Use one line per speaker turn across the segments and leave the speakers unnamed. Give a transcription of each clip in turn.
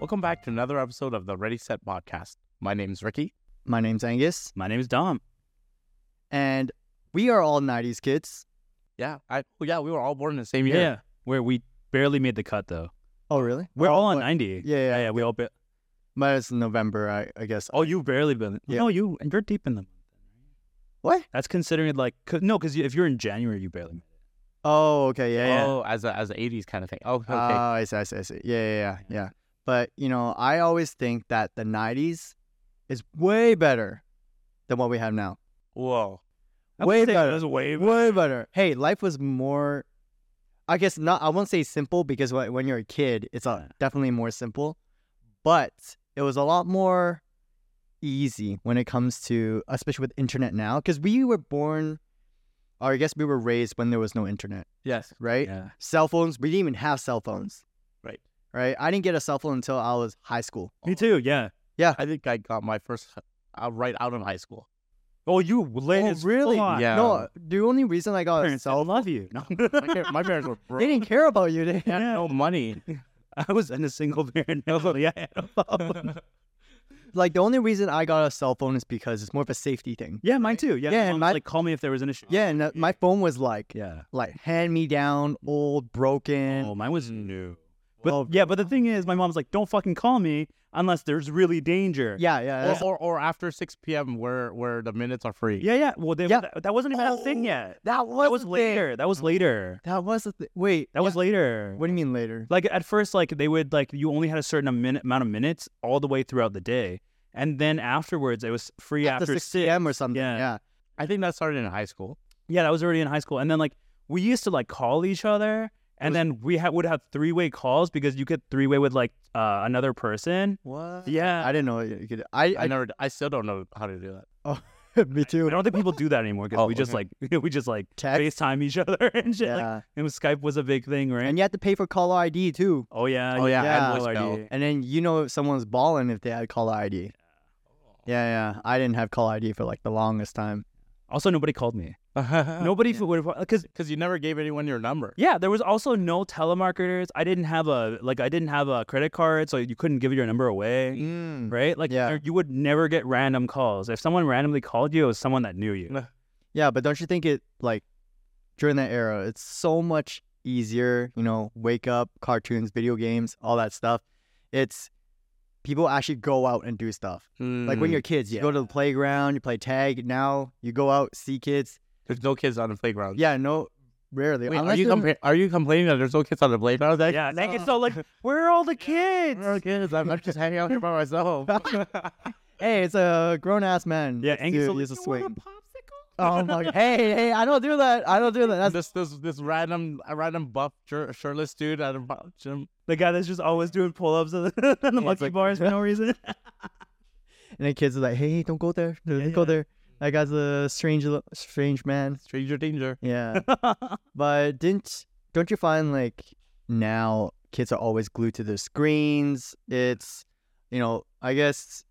Welcome back to another episode of the Ready Set Podcast. My name's Ricky.
My name's Angus,
My name is Dom.
and we are all 90s kids.
Yeah, I oh, yeah, we were all born in the same year.
Where we barely made the cut though.
Oh, really?
We're all on
what-
90.
Yeah, yeah.
yeah, we all ba-
Minus November, I, I guess.
Oh, you barely been.
Yeah.
No, you you're deep in them.
What?
That's considered like 'cause- no, because if you're in January, you barely.
Oh, okay. Yeah, yeah.
Oh, as a, as the eighties kind of thing. Oh, okay.
Ah, I see, I see, I see. Yeah, yeah, yeah, yeah. But, you know, I always think that the 90s is way better than what we have now.
Whoa.
I would
way
say it
better.
was way
Way better. Hey, life was more, I guess not, I won't say simple because when, when you're a kid, it's uh, definitely more simple, but it was a lot more easy when it comes to, especially with internet now, because we were born, or I guess we were raised when there was no internet,
Yes.
right?
Yeah.
Cell phones, we didn't even have cell phones.
Right.
Right. I didn't get a cell phone until I was high school.
Me too. Yeah.
I think I got my first uh, right out of high school.
Oh, you late
Oh,
as
really?
fuck.
Yeah.
No, the only reason I got a
Parents, I
cell
love you. No.
My, par- my parents were broke.
they didn't care about you. They
They had no money.
I was in a single parent family. I had a phone.
like the only reason I got a cell phone is because it's more of a safety thing.
yeah, mine too. Yeah.
Yeah,
my
and
mom
my-
would, like call me if there was an issue.
Yeah, and uh, my phone was like
Yeah.
like hand me down, old, broken.
Oh, mine
Mm.
was new. But
Well-
yeah, but the thing is, my mom's like, don't fucking call me unless there's really danger.
Yeah, yeah,
Or,
that's,
or or after six p.m. where where the minutes are free.
Yeah, yeah. Well, they,
Yeah. Oh,
That, that wasn't even a thing yet.
that was
That was later. That was later.
That was the thing. Wait,
That was later.
What do you mean later?
Like at first, like they would like you only had a certain amount amount of minutes all the way throughout the day, and then afterwards it was free
After
after,
six p.m. or something.
Yeah.
Yeah.
I think that started in high school.
Yeah, that was already in high school, and then like we used to like call each other, and
was-
then we ha- would have three way calls because you could three way with like uh, another person.
What?
Yeah,
I didn't know you could. I.
I
I,
never. I still don't know how to do that.
me
I,
too.
don't think people do that anymore because
Oh,
we just like we just like
Text.
FaceTime each other and shit.
Yeah.
Like, and Skype was a big thing, right?
and you had to pay for caller ID too.
oh yeah,
Oh, yeah,
yeah.
caller
voicemail.
ID.
And then you know if someone's balling if they had caller ID.
Oh.
Yeah, yeah. I didn't have caller ID for like the longest time.
Also, nobody called me.
no,
Nobody would have because
because you never gave anyone your number.
yeah, there was also no telemarketers. I didn't have a like I didn't have a credit card, so you couldn't give your number away, right? Like
Mm. Yeah.
there- you would never get random calls. If someone randomly called you, it was someone that knew you.
No.
Yeah, but don't you think it like during that era, it's so much easier, you know, wake up, cartoons, video games, all that stuff. It's people actually go out and do stuff. Like
Mm-hmm.
when
Mm.
you're kids, you go to the playground, you play tag. Now you go out, see kids.
there's no kids on the playground.
Yeah, no, rarely.
Wait, are
unless
you
you're-
compla- are you complaining that there's no kids on the playground? Like,
Yeah, like it's so like where are all the kids?
oh. "Where are kids. I'm, I'm just hanging out here by myself.
hey, it's a grown ass man.
Yeah,
Let's
Angus
do-
will-
use a
"You want
swing.
popsicle?
Oh my! Hey, hey! I don't do that. I don't do that. That's
this this this random a random buff shir- shirtless dude at a bu- gym.
The guy that's just always doing pull ups on the, on the
it's
monkey
like-
bars for no reason.
and the kids are like, "Hey, don't go there. Don't go
yeah.
there. That guy's a strange, lo- strange man."
Stranger danger.
Yeah. but didn't don't you find like now kids are always glued to their screens? It's you know, I guess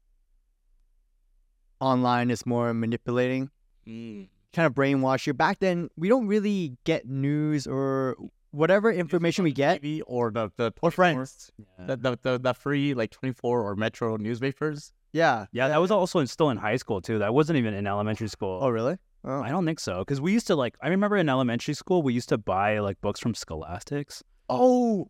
online is more manipulating. Kind of brainwash you. Back then we don't really get news or whatever information we get.
TV or the the 24
Or friends.
the, the the the free like 24 or Metro newspapers.
Yeah.
Yeah, that was also in, still in high school too. That wasn't even in elementary school.
Oh really? Oh.
I don't think so, because we used to like. I remember in elementary school, we used to buy like books from Scholastics,
oh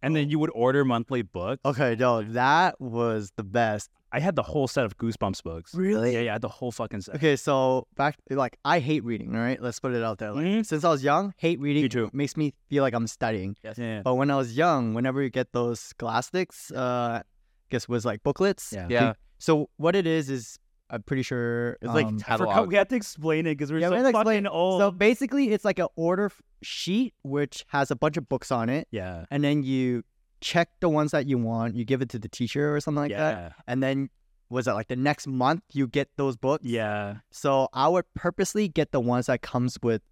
and then you would order monthly books.
Okay, no, that was the best.
I had the whole set of Goosebumps books.
Really?
Yeah, yeah, I had the whole fucking set.
Okay, so back like I hate reading, all right? Let's put it out there. Like,
Mhm.
Since I was young, hate reading
Me too.
makes me feel like I'm studying.
Yeah,
But when I was young, whenever you get those scholastics, uh, I guess was like booklets.
yeah.
Yeah,
So what it is is I'm pretty sure
it's like
um,
I forgot,
catalog.
we had to explain it because we're
Yeah, we
so
had to
fucking
explain
old.
so basically it's like an order f- sheet which has a bunch of books on it,
yeah,
and then you check the ones that you want, you give it to the teacher or something like that,
yeah,
and then was that like the next month you get those books?
yeah.
So I would purposely get the ones that comes with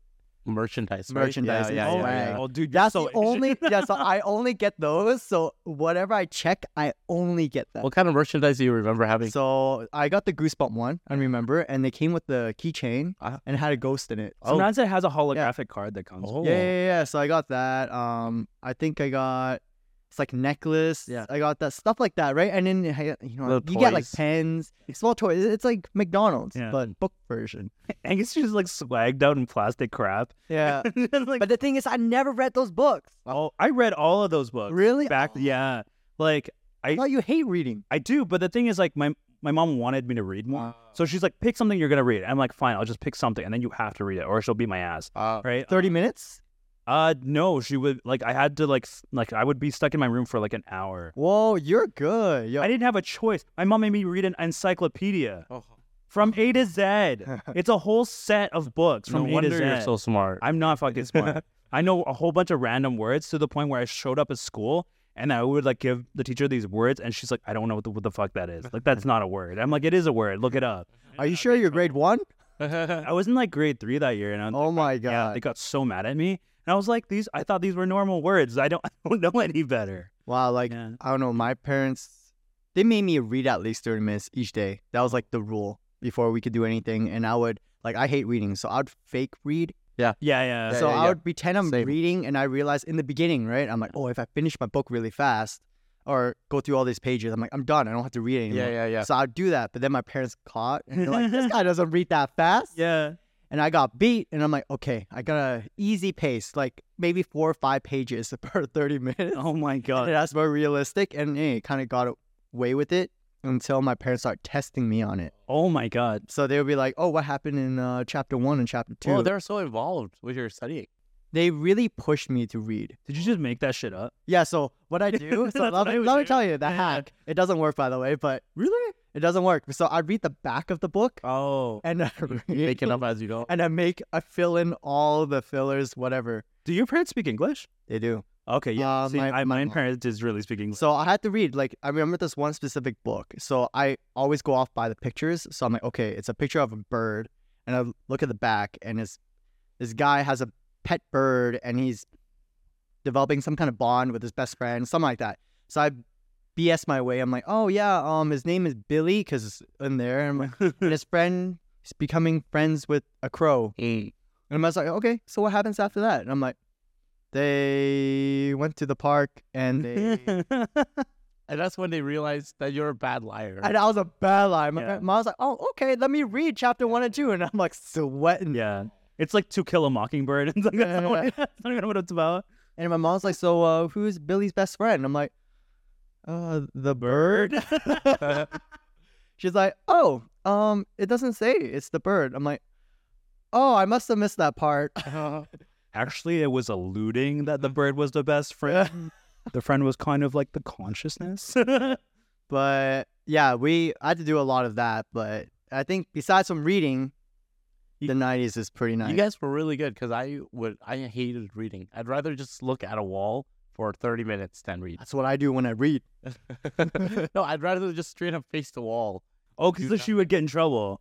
merchandise. right? Yeah,
merchandise. and
yeah,
oh,
stuff
yeah,
like
my
that.
yeah.
God, dude, you're
That's
so
the only.
ancient.
yeah, so I only get those. So whatever I check, I only get that.
What kind of merchandise do you remember having?
So I got the goosebump one. I remember, and they came with the keychain
Ah.
Uh-huh.
and it had a ghost in it.
Sometimes it has a holographic card that comes.
Oh.
yeah, yeah, yeah. So I got that. Um, I think I got It's like necklace.
Yeah.
I got that stuff like that, right? And then you ha- you know
Little
you get like
toys.
pens, small toys. It's like McDonald's,
Yeah.
but book version.
Angus just like swagged out in plastic crap.
Yeah.
like,
but the thing is, I never read those books.
oh, I read all of those books.
Really? Oh.
Back, yeah. Like
I thought you hate reading.
I do, but the thing is, like my my mom wanted me to read more, so she's like, pick something you're gonna read. I'm like, fine, I'll just pick something, and then you have to read it, or she'll beat my ass,
Uh,
right?
Thirty minutes.
Uh, no, she would like I had to like s- like I would be stuck in my room for like an hour.
Whoa, you're good. Yo.
I didn't have a choice. My mom made me read an encyclopedia
oh,
from A to Z. It's a whole set of books
no
from A to
wonder
Z.
you're so smart.
I'm not fucking smart. I know a whole bunch of random words to the point where I showed up at school and I would like give the teacher these words and she's like, I don't know what the, what the fuck that is. Like, that's not a word. I'm like, it is a word. Look it up.
Are you sure you're grade one?
I was in like grade three that year and I,
Oh my
yeah,
god!
they got so mad at me. And I was like, these, I thought these were normal words. I don't, I don't know any better.
Wow, like
Yeah.
I don't know. My parents, they made me read at least thirty minutes each day. That was like the rule before we could do anything. And I would like I hate reading, so I'd fake read.
Yeah, yeah.
Yeah,
so
yeah,
I
yeah.
would pretend I'm
Same.
reading, and I realized in the beginning, right? I'm like, oh, if I finish my book really fast or go through all these pages, I'm like, I'm done. I don't have to read it anymore.
yeah, yeah, yeah.
So I'd do that, but then my parents caught and they're like, this guy doesn't read that fast.
yeah.
And I got beat, and I'm like, okay, I got a easy pace, like maybe four or five pages per 30 minutes.
Oh my
And
God.
that's more realistic, and hey, kind of got away with it until my parents start testing me on it.
Oh my God.
So they would be like, oh, what happened in uh, chapter one and chapter two?
Oh, they're so involved with your studying.
they really pushed me to read.
Did you just make that shit up?
Yeah, so what I do,
That's
so let,
what
me,
I would
let me
do.
tell you the
Yeah.
hack. It doesn't work, by the way, but
Really?
it doesn't work. So I read the back of the book
Oh.
and I
Make it up as you go.
and I make I fill in all the fillers, whatever
Do your parents speak English?
they do.
Okay, yeah.
Uh,
See,
my-
I,
my
my
mom.
parents is really speaking English.
So I had to read. Like I remember this one specific book. So I always go off by the pictures. So I'm like, okay, it's a picture of a bird, and I look at the back, and this this guy has a pet bird, and he's developing some kind of bond with his best friend, something like that. So I BS my way. I'm like, oh yeah, um, his name is Billy, cause it's in there. And I'm like, and his friend is becoming friends with a crow.
Mm.
And I was like, okay, so what happens after that? And I'm like, they went to the park and they
And that's when they realize that you're a bad liar.
And I was a bad liar. My
Yeah.
mom was like, "Oh, okay, let me read chapter one and two. And I'm like sweating.
yeah. It's like to kill a mockingbird. It's like, that's, not what, it- that's not even what it's about.
And my mom's like, "So, uh, who's Billy's best friend?" And I'm like, "Uh, the bird." She's like, "Oh, um, it doesn't say it's the bird." I'm like, "Oh, I must have missed that part."
Actually, it was alluding that the bird was the best friend. the friend was kind of like the consciousness.
but yeah, we I had to do a lot of that. But I think besides from reading,
You-
the '90s is pretty nice.
You guys were really good because I would I hated reading. I'd rather just look at a wall for 30 minutes than read.
That's what I do when I read.
no, I'd rather just straight up face the wall.
oh, because
You-
then she would get in trouble.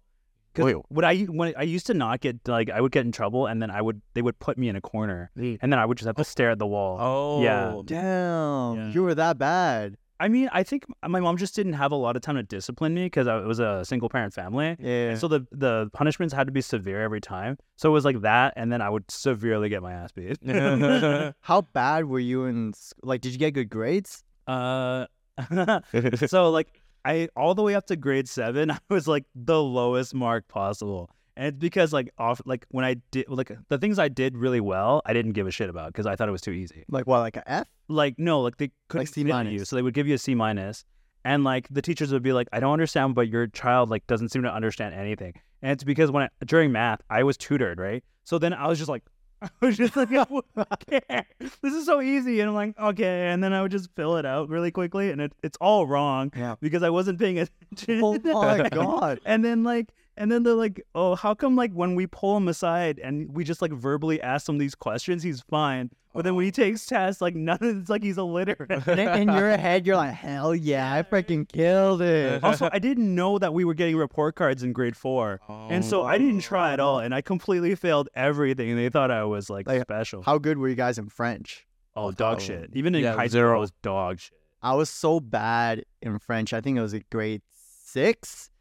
'Cause
Wait.
What I when I used to not get like I would get in trouble and then I would they would put me in a corner and then I would just have to stare at the wall.
Oh,
Yeah.
Damn,
Yeah.
you were that bad.
I mean, I think my mom just didn't have a lot of time to discipline me because it was a single parent family.
Yeah.
And so the the punishments had to be severe every time. So it was like that, and then I would severely get my ass beat.
yeah.
How bad were you in s- like did you get good grades?
uh, so like I all the way up to grade seven, I was like the lowest mark possible, and it's because like off like when I did like the things I did really well, I didn't give a shit about because I thought it was too easy.
Like what, like a F?
Like no, like they couldn't
C
fit you,
minus.
so they would give you a C minus, and like the teachers would be like, I don't understand, but your child like doesn't seem to understand anything, and it's because when I, during math I was tutored, right? So then I was just like. I was just like, "Oh, I don't care. this is so easy, and I'm like, okay, and then I would just fill it out really quickly, and it, it's all wrong
Yeah.
because I wasn't paying attention.
Oh my god.
And then like and then they're like, "Oh, how come like when we pull him aside and we just like verbally ask him these questions, he's fine, but then when he takes tests, like none of it's like he's illiterate."
And in your head you're like, Hell yeah, I freaking killed it.
also, I didn't know that we were getting report cards in grade four, and so I didn't
Oh.
Oh.
try at all, and I completely failed everything. They thought I was like,
Like,
special.
How good were you guys in French?
oh, dog shit! Even in
Yeah,
high school,
zero.
I was dog shit.
I was so bad in French. I think it was a grade six.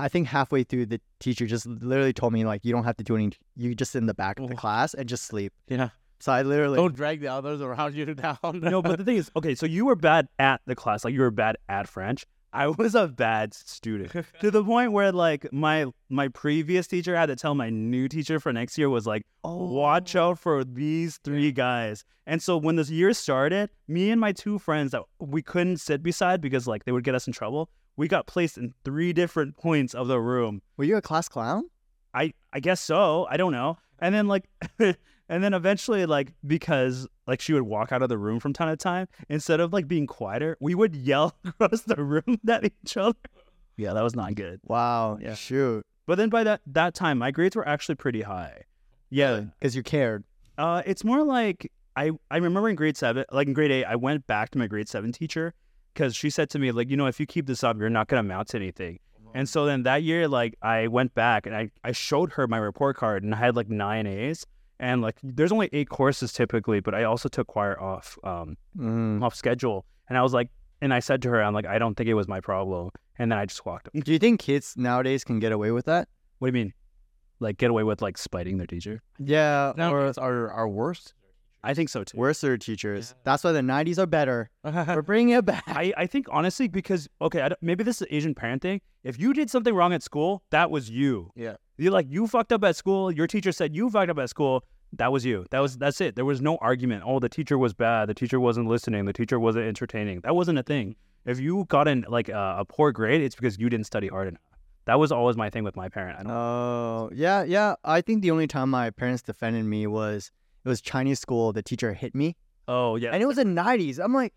I think halfway through the teacher just literally told me like you don't have to do any you just sit in the back of the
Oh.
class and just sleep.
Yeah.
So I literally
Don't drag the others around you down.
no, but the thing is, okay, so you were bad at the class, like you were bad at French. I was a bad student to the point where like my my previous teacher had to tell my new teacher for next year was like,
Oh.
watch out for these three guys. And so when this year started, me and my two friends that we couldn't sit beside because like they would get us in trouble, we got placed in three different points of the room.
Were you a class clown?
I I guess so. I don't know. And then like and then eventually like because like she would walk out of the room from time to time, instead of like being quieter, we would yell across the room at each other. Yeah, that was not good.
Wow.
Yeah.
Shoot.
But then by that that time my grades were actually pretty high. Yeah.
Because you cared.
Uh it's more like I I remember in grade 7, like in grade 8, I went back to my grade 7 teacher cuz she said to me like, you know, if you keep this up, you're not going to amount to anything. And so then that year, like I went back and I, I showed her my report card and I had like nine A's. And like there's only eight courses typically, but I also took choir off um
Mm.
off schedule. And I was like and I said to her, I'm like, I don't think it was my problem. And then I just walked.
Do you think kids nowadays can get away with that?
What do you mean? Like get away with like spiting their teacher?
Yeah.
Nowadays are are worse.
I think so too.
Worser teachers. That's why the 90s are better. We're
yeah,
bringing it back.
I, I think honestly because okay I don't- maybe this is Asian parent thing. If you did something wrong at school, that was you.
Yeah.
You're like you fucked up at school. Your teacher said you fucked up at school. That was you. That was that's it. There was no argument. Oh, the teacher was bad. The teacher wasn't listening. The teacher wasn't entertaining. That wasn't a thing. If you got in like a, a poor grade, it's because you didn't study hard enough. That was always my thing with my parent. I don't.
Oh, yeah, yeah. I think the only time my parents defended me was it was Chinese school. The teacher hit me,
oh yeah.
and it was the nineties. I'm like,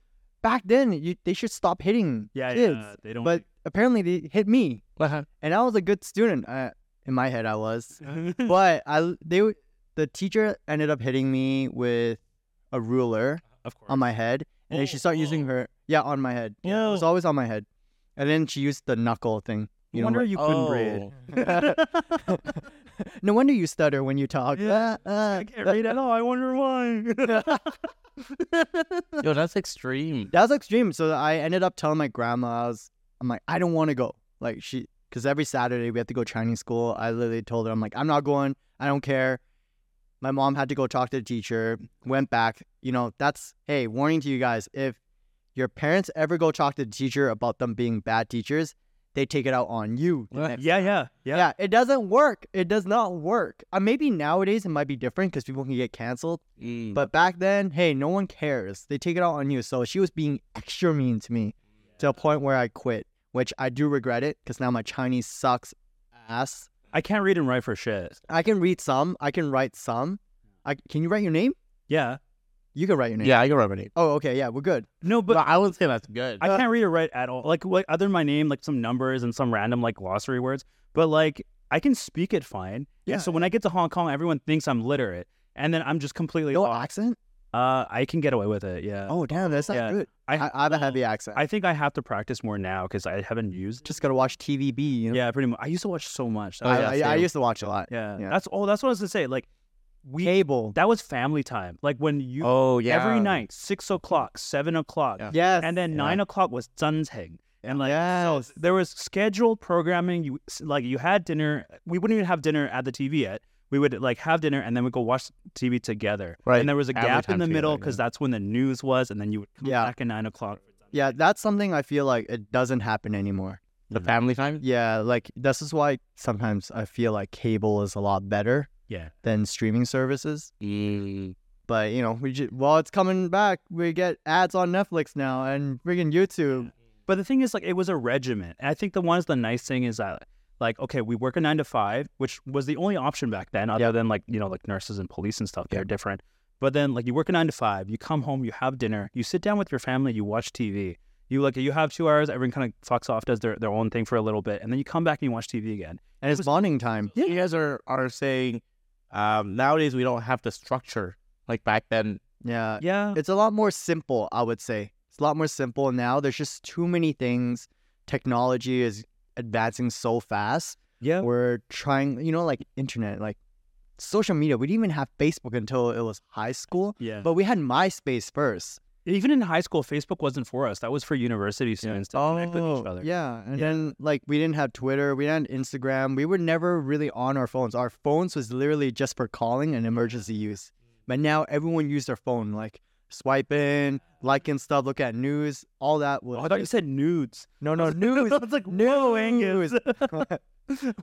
back then, you, they should stop hitting
yeah,
kids.
yeah. They don't.
But apparently, they hit me, and I was a good student. I, in my head, I was,
Hmm.
but I they w- the teacher ended up hitting me with a ruler
of course.
on my head, and then she
Oh,
started using her yeah on my head. Yeah, it was always on my head, and then she used the knuckle thing. You
no
know,
wonder
like-
you couldn't read.
Oh.
no wonder you stutter when you talk.
Yeah.
Ah, ah.
I can't read at all. I wonder why.
Oh. Yo, that's extreme.
That was extreme. So I ended up telling my grandma, I was, I'm like, I don't want to go. Like she, because every Saturday we had to go Chinese school. I literally told her, I'm like, I'm not going. I don't care. My mom had to go talk to the teacher. Went back. You know, that's hey, warning to you guys. If your parents ever go talk to the teacher about them being bad teachers, they take it out on you. the
Yeah.
next
yeah, yeah, yeah.
yeah, it doesn't work. It does not work. Uh, maybe nowadays it might be different because people can get canceled.
Mm.
But back then, hey, no one cares. They take it out on you. So she was being extra mean to me to a point where I quit, which I do regret it because now my Chinese sucks ass.
I can't read and write for shit.
I can read some. I can write some. I, can you write your name?
Yeah.
You can write your name.
yeah, I can resonate.
Oh, okay. Yeah, we're good.
No,
But
but
I would say that's good.
uh,
I can't read or write at all. Like, like other than my name, like some numbers and some random like glossary words. But like, I can speak it fine. Yeah.
Yeah.
so when I get to Hong Kong, everyone thinks I'm literate, and then I'm just completely.
No
off.
accent?
Uh, I can get away with it. Yeah.
Oh, damn. That's not
Yeah.
good.
I-
I, I have a heavy accent.
I think I have to practice more now because I haven't used.
just got to watch TVB. You know?
Yeah, pretty much. I used to watch so much. That
I,
was-
I, I used to watch a lot.
yeah.
yeah.
That's oh, that's what I was gonna say. Like, we
Cable.
that was family time. Like when you
oh yeah.
every night, six o'clock, seven o'clock,
Yeah.
Yes.
and then
Yeah.
nine o'clock was Zheng. And like
yes.
there was scheduled programming. You s- like you had dinner. We wouldn't even have dinner at the TV yet. We would like have dinner and then we would go watch TV together.
Right.
And there was a
Family
gap in
time
the middle
together,
because
yeah.
that's when the news was, and then you would come
Yeah.
back at nine o'clock.
yeah, that's something I feel like it doesn't happen anymore.
the family time.
Yeah, like this is why sometimes I feel like cable is a lot better
Yeah.
than streaming services.
Mm.
But you know, we just well, it's coming back. We get ads on Netflix now and freaking YouTube.
But the thing is, like, it was a regiment. And I think the one's the nice thing is that, like, okay, we work a nine to five, which was the only option back then, other than like you know, like nurses and police and stuff. They're different. But then, like, you work a nine to five, you come home, you have dinner, you sit down with your family, you watch TV. You like, you have two hours. Everyone kind of fucks off, does their, their own thing for a little bit, and then you come back and you watch TV again.
And it's bonding time.
You guys are are saying um, nowadays we don't have the structure like back then.
Yeah.
Yeah,
It's a lot more simple, I would say. It's a lot more simple now. There's just too many things. Technology is advancing so fast.
yeah.
We're trying, you know, like internet, like social media. We didn't even have Facebook until it was high school,
Yeah, but
but we had MySpace first.
even in high school, Facebook wasn't for us. That was for university students to connect with each other.
Oh, Yeah, and then like we didn't have Twitter, we didn't have Instagram, we were never really on our phones. Our phones was literally just for calling and emergency use. But now everyone used their phone, like swiping, liking stuff, look at news, all that. Was
Oh, I thought you said nudes.
no, no, news,
I was like, whoa, Angus. I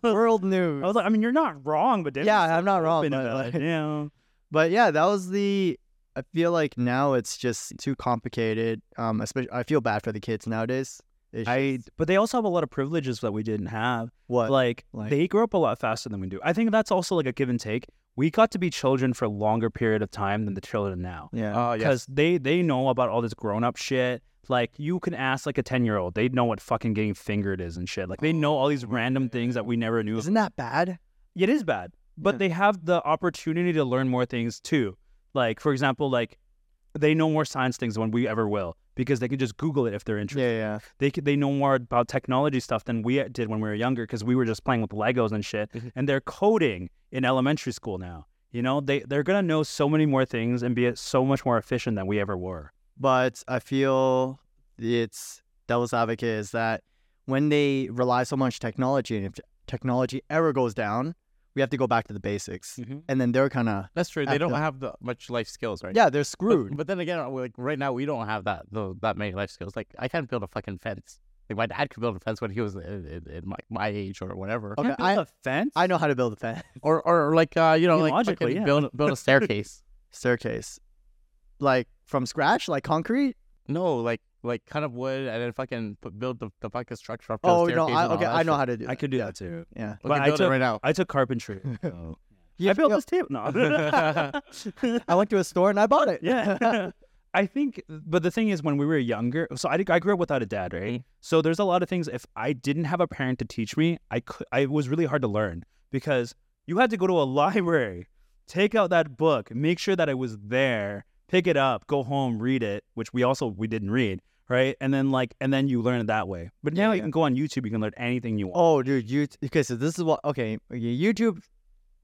world news.
was like, I mean, you're not wrong, but
Yeah, I'm not wrong.
open
But,
about it,
like-
you know?
but yeah, that was the. I feel like now it's just too complicated. Um, especially I feel bad for the kids nowadays. It's
I,
just-
but they also have a lot of privileges that we didn't have.
what
like,
like-
they grew up a lot faster than we do. I think that's also like a give and take. We got to be children for a longer period of time than the children now.
yeah
Oh, yes.
because they they know about all this grown up shit. Like you can ask like a ten year old, they know what fucking getting fingered is and shit. Like they know all these random things that we never knew.
isn't that bad?
It is bad, but
Yeah.
they have the opportunity to learn more things too. Like for example, like they know more science things than we ever will because they can just Google it if they're interested.
Yeah, yeah.
They c- they know more about technology stuff than we did when we were younger because we were just playing with Legos and shit.
Mhm.
And they're coding in elementary school now. You know, they they're gonna know so many more things and be so much more efficient than we ever were.
but I feel it's devil's advocate is that when they rely so much technology, and if technology ever goes down, we have to go back to the basics,
Mhm.
and then they're kind of
That's true. They don't
After-
have the much life skills, right?
yeah, they're
But-
screwed.
But, then again, uh, like right now, we don't have that the, that many life skills. Like I can't build a fucking fence. Like my dad could build a fence when he was uh, in, in, in my, my age or whatever,
Okay,
Can't build
I-
a fence.
I know how to build a fence
or or like uh, you know,
Yeah,
like
logically,
fucking
yeah.
build build a staircase.
staircase, like from scratch, like concrete.
no, like like kind of wood, and then fucking put, build the, the fucking structure up. To
Oh
the
no,
staircase
I,
and all
okay,
that
I know
shit.
how to do.
I
that.
could do
yeah.
that too.
Yeah,
We
but
can
I
build it
took-
right now.
I took carpentry. Oh.
Yeah,
I built
yeah.
this table. No.
I went to a store and I bought it.
yeah. I think, but the thing is, when we were younger, so I, I grew up without a dad, right?
Mhm.
Mm-hmm.
So there's a lot of things. If I didn't have a parent to teach me, I could, I it was really hard to learn because you had to go to a library, take out that book, make sure that it was there, pick it up, go home, read it, which we also we didn't read, right? And then like, and then you learn it that way. But now
Yeah,
you
yeah.
can go on YouTube, you can learn anything you want.
Oh, dude, you okay? So this is what okay. okay, YouTube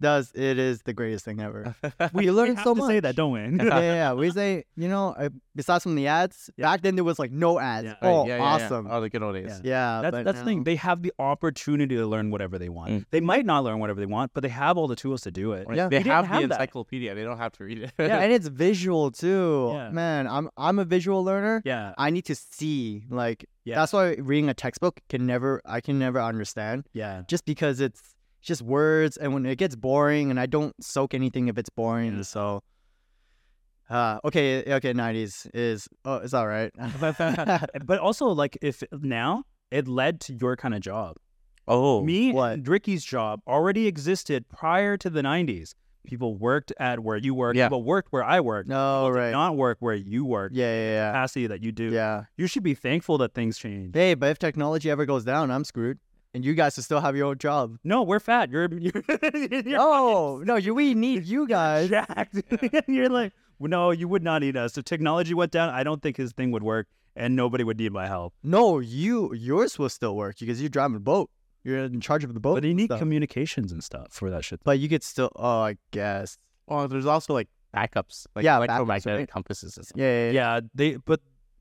does it is the greatest thing ever. We learned
have
so
to
much.
say that, don't we?
yeah, yeah, yeah. We say, you know, I, besides from the ads,
Yeah.
back then there was like no ads.
Yeah.
Oh,
yeah, yeah,
awesome. Yeah,
Yeah. Oh, the good old days.
Yeah.
but
That's, that's the
now-
thing. They have the opportunity to learn whatever they want.
Mm.
They might not learn whatever they want, but they have all the tools to do it.
Like,
Yeah.
they
We didn't
have, the
have that.
encyclopedia. They don't have to read it.
Yeah, and it's visual too.
Yeah.
Man, I'm I'm a visual learner.
Yeah.
I need to see. Like
Yeah.
that's why reading a textbook can never I can never understand
Yeah.
just because it's just words and when it gets boring and I don't soak anything if it's boring.
Yeah.
So uh okay, okay, 90s is oh, it's all right.
but also, like, if now it led to your kind of job.
oh,
Me
what?
and Ricky's job already existed prior to the 90s. People worked at where you worked.
Yeah.
People worked where I worked.
No,
People did
right.
Not work where you work.
yeah, yeah,
Capacity that you do.
yeah. Yeah.
You should be thankful that things change.
Hey, but if technology ever goes down, I'm screwed. And you guys will still have your old job.
No, we're fat. You're. you're, you're
Oh, no, you, we need you guys.
jacked. You're like, "Well, no, you would not need us. If technology went down, I don't think his thing would work, and nobody would need my help.
No, you yours will still work because you're driving a boat. You're in charge of the boat.
But you need
stuff.
communications and stuff for that shit.
but you could still oh I guess.
oh, there's also like backups, like
Yeah, backups,
electromagnetic
right?
compasses. And stuff.
Yeah, yeah, yeah.
yeah, they. But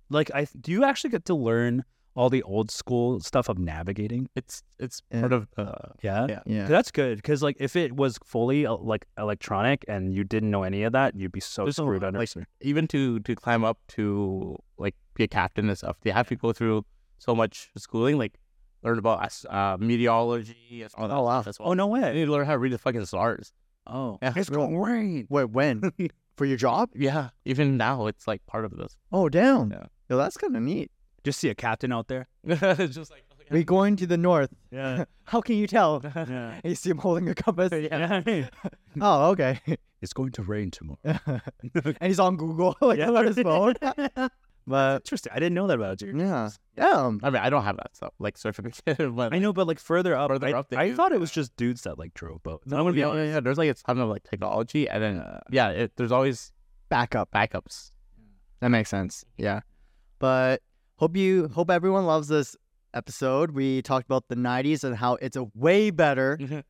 like, I do you actually get to learn all the old school stuff of navigating?
It's it's
Yeah.
part of uh,
Yeah.
Yeah.
Yeah.
That's good because, like, if it was fully uh, like electronic and you didn't know any of that, you'd be so
There's a
screwed
lot,
under.
like, even to to climb up to like be a captain and stuff, they have to go through so much schooling, like learn about as- uh, meteorology. And all that
Oh, wow.
stuff as well.
oh no
I
way!
need to learn how to read the fucking stars.
Oh,
Yeah.
it's going to rain.
Wait, when? For your job?
Yeah, even now it's like part of this.
Oh damn.
Yeah.
Yo, that's kinda neat.
Just see a captain out there.
it's just like oh, yeah.
We're going to the north.
Yeah.
How can you tell?
yeah.
You see him holding a compass.
yeah.
Oh, okay.
it's going to rain tomorrow.
and he's on Google like
Yeah.
on his phone. but
Interesting. I didn't know that about you.
yeah. Damn.
I mean, I don't have that stuff like certificate, but
I know, but like further up,
Further
I,
up they
I
do,
thought it was
yeah.
just dudes that like drove boats. I'm gonna be
yeah,
honest.
yeah, yeah, There's like a ton of like technology, and then uh, yeah, it, there's always
Backup.
backups.
That makes sense. Yeah. But hope you hope everyone loves this episode. We talked about the 90s and how it's a way better
Mhm.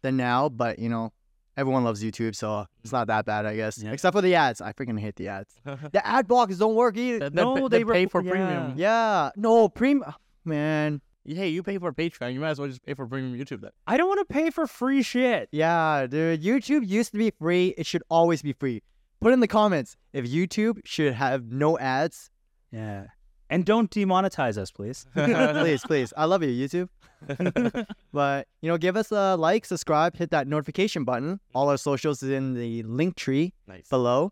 than now, but you know, everyone loves YouTube, so it's not that bad, I guess.
Yeah.
Except for the ads. I freaking hate the ads. The ad blockers don't work either.
No,
pa-
they
pay
rep-
for
yeah.
premium.
Yeah. No, premium man.
Hey, you pay for Patreon, you might as well just pay for premium YouTube then.
I don't want to pay for free shit.
Yeah, dude. YouTube used to be free. It should always be free. Put in the comments if YouTube should have no ads.
Yeah. And don't demonetize us, please.
please, please. I love you, YouTube. But you know, give us a like, subscribe, hit that notification button. All our socials is in the link tree
Nice.
below.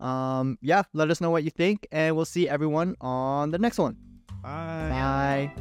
Um, yeah, let us know what you think, and we'll see everyone on the next one. Bye.